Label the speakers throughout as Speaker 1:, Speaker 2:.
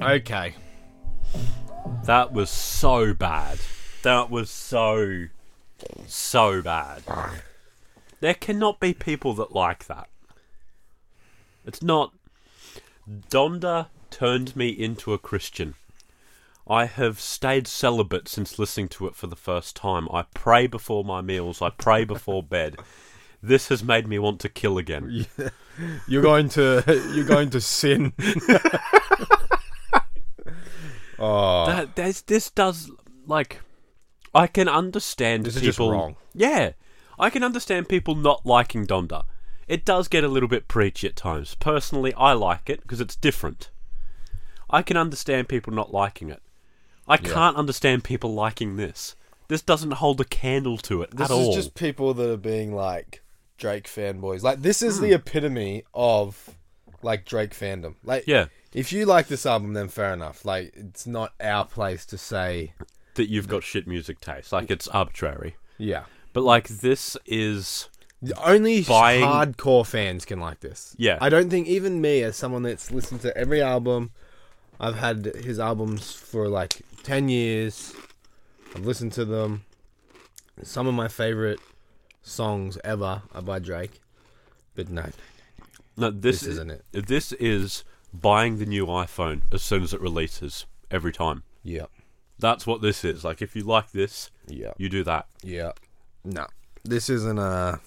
Speaker 1: Okay.
Speaker 2: That was so bad. That was so, so bad. There cannot be people that like that. It's not. Donda turned me into a Christian. I have stayed celibate since listening to it for the first time. I pray before my meals. I pray before bed. This has made me want to kill again.
Speaker 1: You're going to you're going to sin. oh,
Speaker 2: That, that's, this does like I can understand
Speaker 1: This is
Speaker 2: people.
Speaker 1: just wrong.
Speaker 2: Yeah, I can understand people not liking Donda. It does get a little bit preachy at times. Personally, I like it because it's different. I can understand people not liking it. I can't understand people liking this. This doesn't hold a candle to it
Speaker 3: This
Speaker 2: at
Speaker 3: is
Speaker 2: all.
Speaker 3: just people that are being like Drake fanboys. Like this is
Speaker 1: Hmm.
Speaker 3: the epitome of like Drake fandom. Like
Speaker 2: Yeah.
Speaker 3: if you like this album, then fair enough. Like it's not our place to say
Speaker 2: That you've got shit music taste. Like it's arbitrary.
Speaker 3: yeah.
Speaker 2: But like this is
Speaker 3: Only
Speaker 2: Buying-
Speaker 3: hardcore fans can like this.
Speaker 2: Yeah.
Speaker 3: I don't think even me, as someone that's listened to every album, I've had his albums for like 10 years. I've listened to them. Some of my favorite songs ever are by Drake. But no.
Speaker 2: no this,
Speaker 3: This
Speaker 2: is-
Speaker 3: isn't it.
Speaker 2: This is buying the new iPhone as soon as it releases every time.
Speaker 3: Yep.
Speaker 2: That's what this is. Like, if you like this,
Speaker 3: Yeah.
Speaker 2: you do that.
Speaker 3: Yeah. No. This isn't uh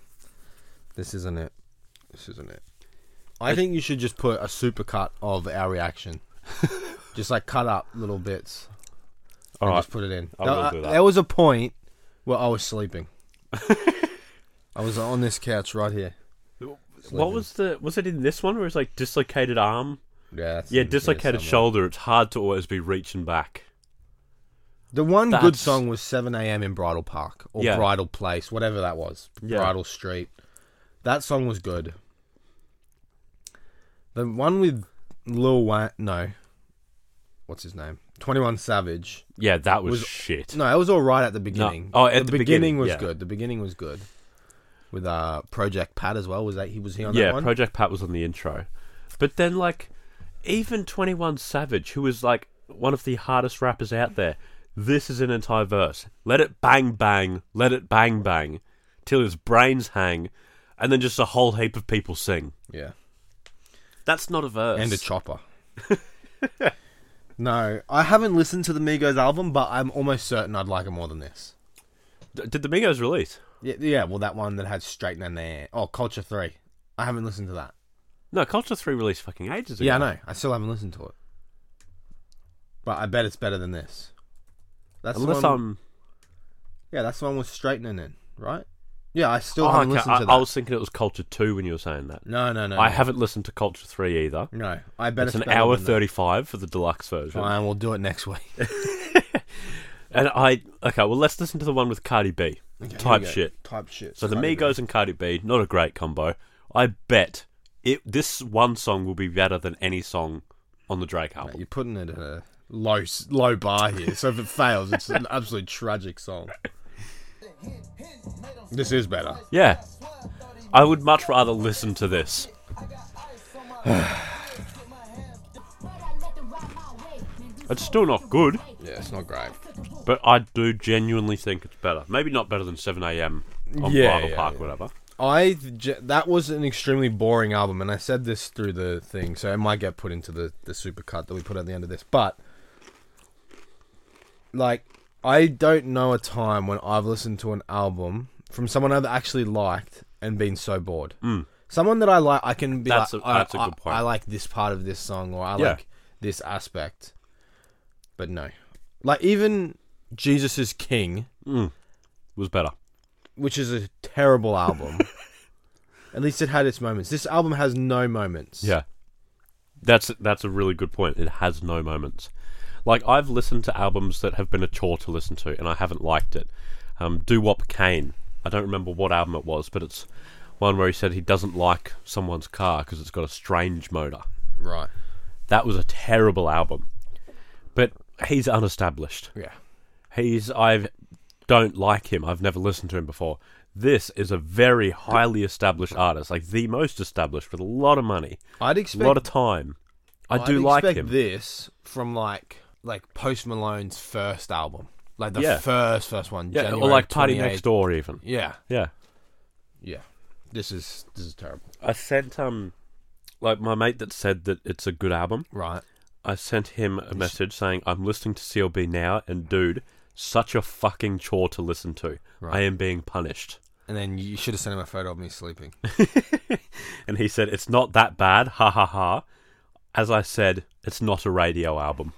Speaker 3: this isn't it. This isn't it. I think you should just put a supercut of our reaction. just like cut up little bits.
Speaker 2: All
Speaker 3: and
Speaker 2: right.
Speaker 3: just put it in.
Speaker 2: I
Speaker 3: Now,
Speaker 2: will
Speaker 3: uh,
Speaker 2: do that.
Speaker 3: There was a point where I was sleeping. I was on this couch right here.
Speaker 2: What was the? Was it in this one where it's like dislocated arm?
Speaker 3: Yeah, that's
Speaker 2: Yeah,
Speaker 3: in here
Speaker 2: dislocated
Speaker 3: somewhere.
Speaker 2: shoulder. It's hard to always be reaching back.
Speaker 3: The one good
Speaker 2: That's-
Speaker 3: song was 7 a.m. in Bridal Park or
Speaker 2: Yeah.
Speaker 3: Bridal Place, whatever that was.
Speaker 2: Yeah.
Speaker 3: Bridal Street. That song was good. The one with Lil Wayne, no, what's his name? 21 Savage.
Speaker 2: Yeah, that was,
Speaker 3: Was-
Speaker 2: shit.
Speaker 3: No, it was all right at the beginning.
Speaker 2: Oh, at the beginning,
Speaker 3: was
Speaker 2: yeah.
Speaker 3: good. The beginning was good. With uh, Project Pat as well. Was that he was he on
Speaker 2: yeah,
Speaker 3: that one?
Speaker 2: Project Pat was on the intro, but then like, even Twenty One Savage, who is like one of the hardest rappers out there, this is an entire verse. Let it bang bang, let it bang bang, till his brains hang, and then just a whole heap of people sing.
Speaker 3: yeah.
Speaker 2: That's not a verse.
Speaker 3: and a chopper. no, I haven't listened to the Migos album, but I'm almost certain I'd like it more than this.
Speaker 2: D- Did the Migos release?
Speaker 3: Yeah, yeah, well, that one that had straight in there. Oh, Culture Three. I haven't listened to that.
Speaker 2: No, Culture 3 released fucking ages ago.
Speaker 3: Yeah, I know. I still haven't listened to it. But I bet it's better than this. That's
Speaker 2: Unless
Speaker 3: the one,
Speaker 2: I'm.
Speaker 3: yeah, that's the one with straightening in, right? Yeah, I still
Speaker 2: Oh,
Speaker 3: haven't
Speaker 2: okay,
Speaker 3: listened
Speaker 2: I,
Speaker 3: to that.
Speaker 2: I was thinking it was Culture 2 when you were saying that.
Speaker 3: No, no, no.
Speaker 2: I
Speaker 3: no.
Speaker 2: haven't listened to Culture 3 either.
Speaker 3: No, I bet
Speaker 2: It's
Speaker 3: it's,
Speaker 2: an
Speaker 3: better
Speaker 2: hour
Speaker 3: than that.
Speaker 2: 35 for the deluxe version.
Speaker 3: Fine, we'll do it next week.
Speaker 2: And I. Okay, well, let's listen to the one with Cardi B. type shit.
Speaker 3: Type shit.
Speaker 2: So the
Speaker 3: Cardi B.
Speaker 2: Migos and Cardi B, not a great combo. I bet it this one song will be better than any song on the Drake
Speaker 3: Mate,
Speaker 2: album.
Speaker 3: You're putting it at a low s- low bar here. So if it fails, it's an absolute tragic song. This is better.
Speaker 2: Yeah. I would much rather listen to this. It's still not good,
Speaker 3: Yeah, it's not great.
Speaker 2: but I do genuinely think it's better. Maybe not better than 7am on
Speaker 3: Yeah,
Speaker 2: Bridal
Speaker 3: yeah,
Speaker 2: Park,
Speaker 3: yeah.
Speaker 2: whatever.
Speaker 3: I j- that was an extremely boring album, and I said this through the thing, so it might get put into the the supercut that we put at the end of this. But like, I don't know a time when I've listened to an album from someone I've actually liked and been so bored. Someone that I like, I can be
Speaker 2: Hmm. That's
Speaker 3: like,
Speaker 2: a-
Speaker 3: "I-
Speaker 2: that's a
Speaker 3: I-
Speaker 2: good point.
Speaker 3: I like this part of this song, or I
Speaker 2: Yeah.
Speaker 3: like this aspect. But no, like even Jesus is King
Speaker 2: was better.
Speaker 3: which is a terrible album. At least it had its moments. This album has no moments.
Speaker 2: Yeah. That's that's a really good point. It has no moments. Like I've listened to albums that have been a chore to listen to and I haven't liked it. Um Doo Wop Kane. I don't remember what album it was, but it's one where he said he doesn't like someone's car because it's got a strange motor.
Speaker 3: Right.
Speaker 2: That was a terrible album. But he's unestablished.
Speaker 3: Yeah.
Speaker 2: He's I don't like him. I've never listened to him before. This is a very highly established artist, like the most established with a lot of money,
Speaker 3: I'd
Speaker 2: a lot
Speaker 3: expect
Speaker 2: of time. I
Speaker 3: I'd
Speaker 2: do like
Speaker 3: expect
Speaker 2: him.
Speaker 3: This from like like Post Malone's first album, like the
Speaker 2: Yeah.
Speaker 3: first first one.
Speaker 2: yeah,
Speaker 3: January
Speaker 2: or like Party
Speaker 3: 28.
Speaker 2: Next Door, even.
Speaker 3: Yeah,
Speaker 2: Yeah.
Speaker 3: yeah. This is this is terrible.
Speaker 2: I sent um, like my mate that said that it's a good album.
Speaker 3: Right.
Speaker 2: I sent him a message saying I'm listening to CLB now, and dude, such a fucking chore to listen to. I
Speaker 3: Right.
Speaker 2: am being punished.
Speaker 3: And then you should have sent him a photo of me sleeping.
Speaker 2: And he said it's not that bad, ha ha ha. As I said, it's not a radio album.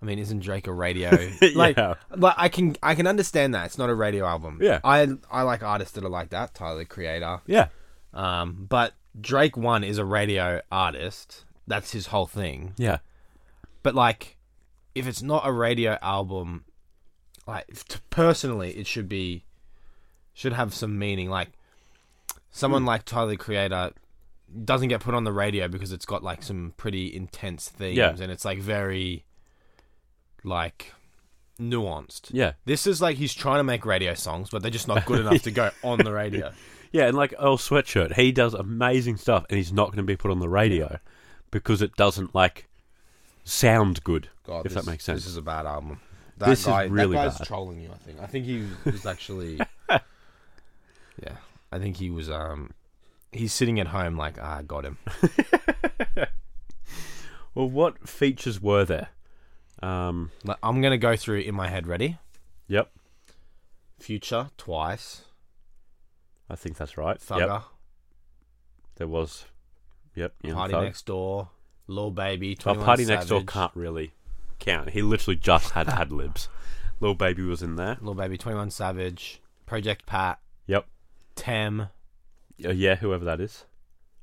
Speaker 3: I mean, isn't Drake a radio? Like,
Speaker 2: Yeah.
Speaker 3: like I can I can understand that it's not a radio album.
Speaker 2: Yeah.
Speaker 3: I I like artists that are like that. Tyler the Creator.
Speaker 2: Yeah,
Speaker 3: Um, but Drake one is a radio artist. That's his whole thing.
Speaker 2: yeah,
Speaker 3: But like, if it's not a radio album, like if t- personally, it should be should have some meaning. Like
Speaker 2: Hmm.
Speaker 3: someone like Tyler the Creator doesn't get put on the radio because it's got like some pretty intense themes
Speaker 2: Yeah.
Speaker 3: and it's like very like nuanced.
Speaker 2: yeah,
Speaker 3: This is like he's trying to make radio songs, but they're just not good enough to go on the radio.
Speaker 2: yeah. And like Earl Sweatshirt, he does amazing stuff, and he's not going to be put on the radio because it doesn't like sound good.
Speaker 3: God,
Speaker 2: if
Speaker 3: this,
Speaker 2: that makes sense.
Speaker 3: This is a bad album. That
Speaker 2: This is
Speaker 3: guy,
Speaker 2: really
Speaker 3: that guy's
Speaker 2: bad.
Speaker 3: trolling you. I think. I think he was actually. yeah, I think he was. Um, he's sitting at home like, ah, I got him.
Speaker 2: Well, what features were there? Um,
Speaker 3: Like, I'm gonna go through in my head. Ready?
Speaker 2: yep,
Speaker 3: Future twice.
Speaker 2: I think that's right. Yep.
Speaker 3: Thugger.
Speaker 2: There was, yep, Young
Speaker 3: Party
Speaker 2: Thug.
Speaker 3: next door. Lil baby.
Speaker 2: Well,
Speaker 3: 21
Speaker 2: Oh, Party Next Door
Speaker 3: Savage.
Speaker 2: can't really count. He literally just had ad libs. Little Baby was in there.
Speaker 3: Lil baby. Twenty one Savage. Project Pat.
Speaker 2: Yep.
Speaker 3: Tem.
Speaker 2: Uh, yeah, whoever that is.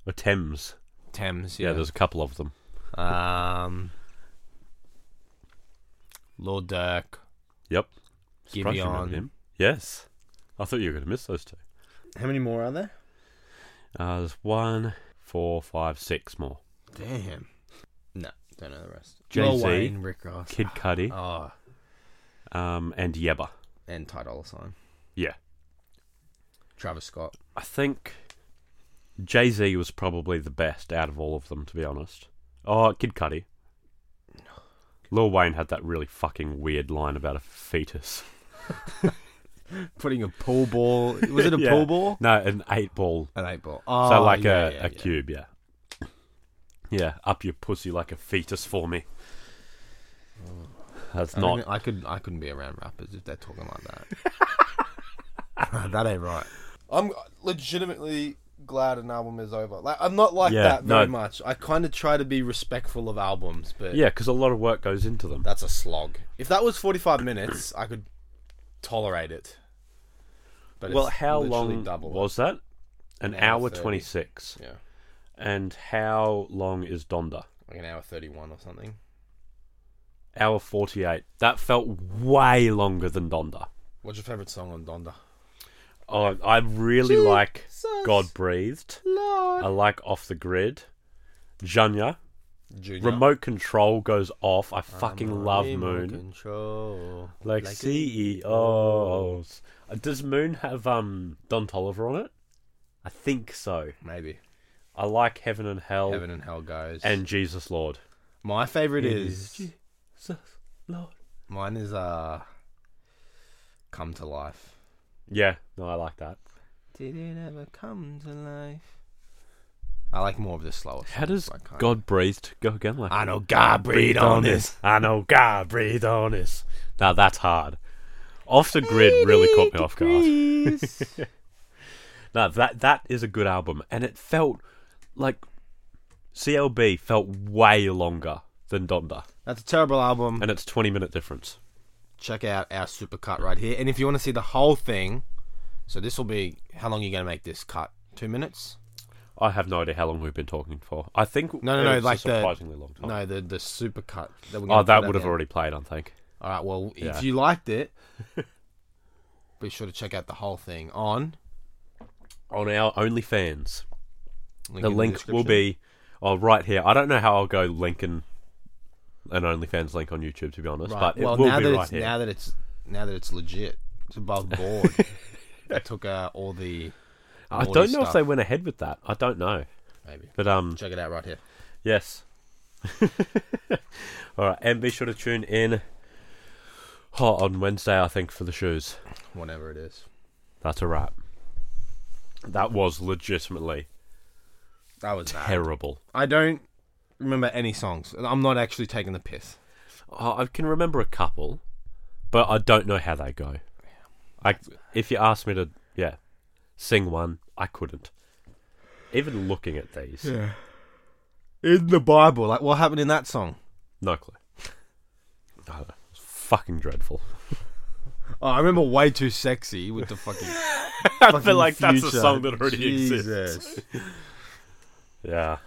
Speaker 2: Or Thames.
Speaker 3: Thames.
Speaker 2: Yeah,
Speaker 3: Yeah.
Speaker 2: there's a couple of them.
Speaker 3: um. Lil Durk.
Speaker 2: Yep. Surprised you remembered
Speaker 3: Giveon.
Speaker 2: him. Yes. I thought you were going to miss those two.
Speaker 3: How many more are there?
Speaker 2: Uh, there's one, four, five, six more.
Speaker 3: Damn. No, don't know the rest.
Speaker 2: Jay-Z,
Speaker 3: Lil Wayne, Rick Ross,
Speaker 2: Kid Cudi,
Speaker 3: oh,
Speaker 2: um, and Yeba.
Speaker 3: and Ty Dolla Sign,
Speaker 2: Yeah.
Speaker 3: Travis Scott.
Speaker 2: I think Jay Z was probably the best out of all of them, to be honest. Oh, Kid Cudi. Lil Wayne had that really fucking weird line about a fetus.
Speaker 3: Putting a pool ball. Was it a
Speaker 2: Yeah.
Speaker 3: pool ball?
Speaker 2: No, an eight ball.
Speaker 3: An eight ball. Oh,
Speaker 2: so like
Speaker 3: yeah,
Speaker 2: a,
Speaker 3: yeah,
Speaker 2: a
Speaker 3: yeah.
Speaker 2: cube, yeah. Yeah, up your pussy like a fetus for me. That's
Speaker 3: Oh. I,
Speaker 2: not.
Speaker 3: mean, I could. I couldn't be around rappers if they're talking like that. that ain't right. I'm legitimately glad an album is over. Like I'm not like
Speaker 2: Yeah,
Speaker 3: that very
Speaker 2: no.
Speaker 3: much. I kind of try to be respectful of albums, but
Speaker 2: Yeah, because a lot of work goes into them.
Speaker 3: that's a slog. If that was 45 minutes, I could tolerate it. But
Speaker 2: Well,
Speaker 3: it's
Speaker 2: how
Speaker 3: literally
Speaker 2: long
Speaker 3: double.
Speaker 2: was that? An,
Speaker 3: An hour
Speaker 2: hour
Speaker 3: 30.
Speaker 2: 26.
Speaker 3: Yeah,
Speaker 2: And how long is Donda?
Speaker 3: like an hour 31 or something.
Speaker 2: Hour 48. That felt way longer than Donda.
Speaker 3: What's your favorite song on Donda?
Speaker 2: Oh, I really like
Speaker 3: Jesus
Speaker 2: God Breathed.
Speaker 3: Lord.
Speaker 2: I like Off the Grid. Janya.
Speaker 3: Junior.
Speaker 2: Remote Control goes off. I fucking love
Speaker 3: Remote
Speaker 2: Moon.
Speaker 3: Control.
Speaker 2: Like,
Speaker 3: a-
Speaker 2: CEOs. Uh, Does Moon have um Don Tolliver on it? I think so.
Speaker 3: Maybe.
Speaker 2: I like Heaven and Hell
Speaker 3: Heaven and Hell Goes.
Speaker 2: Oh. and Jesus Lord.
Speaker 3: my favorite is.
Speaker 2: Jesus Lord.
Speaker 3: Mine is, uh. Come to Life.
Speaker 2: Yeah, no, I like that.
Speaker 3: Did it ever come to life? I like more of the slower.
Speaker 2: How
Speaker 3: songs,
Speaker 2: does
Speaker 3: like, kinda-
Speaker 2: God breathed go again like
Speaker 3: I know God breathed on this.
Speaker 2: I know God breathed on us. Now that's hard. Off the grid really caught me off guard.
Speaker 3: guard.
Speaker 2: No, that that is a good album, and it felt like CLB felt way longer than Donda,
Speaker 3: That's a terrible album.
Speaker 2: and it's twenty minute difference.
Speaker 3: Check out our super cut right here. And if you want to see the whole thing, so this will be how long are you going to make this cut? Two minutes?
Speaker 2: I have no idea how long we've been talking for. I think
Speaker 3: No, no, no,
Speaker 2: it's
Speaker 3: like
Speaker 2: a
Speaker 3: the-
Speaker 2: surprisingly long time.
Speaker 3: No, the the super cut. That we're gonna
Speaker 2: oh, that
Speaker 3: put
Speaker 2: would have
Speaker 3: out
Speaker 2: already played, I think.
Speaker 3: there. All right. Well,
Speaker 2: Yeah.
Speaker 3: if you liked it, be sure to check out the whole thing on.
Speaker 2: On our OnlyFans,
Speaker 3: Link
Speaker 2: the
Speaker 3: in
Speaker 2: link will
Speaker 3: description.
Speaker 2: be oh, right here. I don't know how I'll go link and an OnlyFans link on YouTube to be honest,
Speaker 3: Right.
Speaker 2: but it
Speaker 3: well,
Speaker 2: will
Speaker 3: now
Speaker 2: be
Speaker 3: that
Speaker 2: right
Speaker 3: it's
Speaker 2: here.
Speaker 3: now that it's now that it's legit, it's above board. I took uh, all the.
Speaker 2: I
Speaker 3: naughty
Speaker 2: don't know if
Speaker 3: stuff.
Speaker 2: they went ahead with that. I don't know,
Speaker 3: Maybe
Speaker 2: but um,
Speaker 3: check it out right here.
Speaker 2: yes, All right, and be sure to tune in oh, on Wednesday, I think, for the shoes.
Speaker 3: Whatever it is.
Speaker 2: That's a wrap. That was legitimately
Speaker 3: That was bad.
Speaker 2: terrible.
Speaker 3: I don't remember any songs. and I'm not actually taking the piss.
Speaker 2: Oh, I can remember a couple, but I don't know how they go. I, if you asked me to, yeah, sing one, I couldn't. Even looking at these,
Speaker 3: In the Bible, like what happened in that song?
Speaker 2: no clue. I don't know. It's fucking dreadful.
Speaker 3: Oh, I remember "Way Too Sexy" with the fucking.
Speaker 2: I
Speaker 3: fucking
Speaker 2: feel like that's a
Speaker 3: Future.
Speaker 2: song that already
Speaker 3: Jesus.
Speaker 2: exists. Yeah.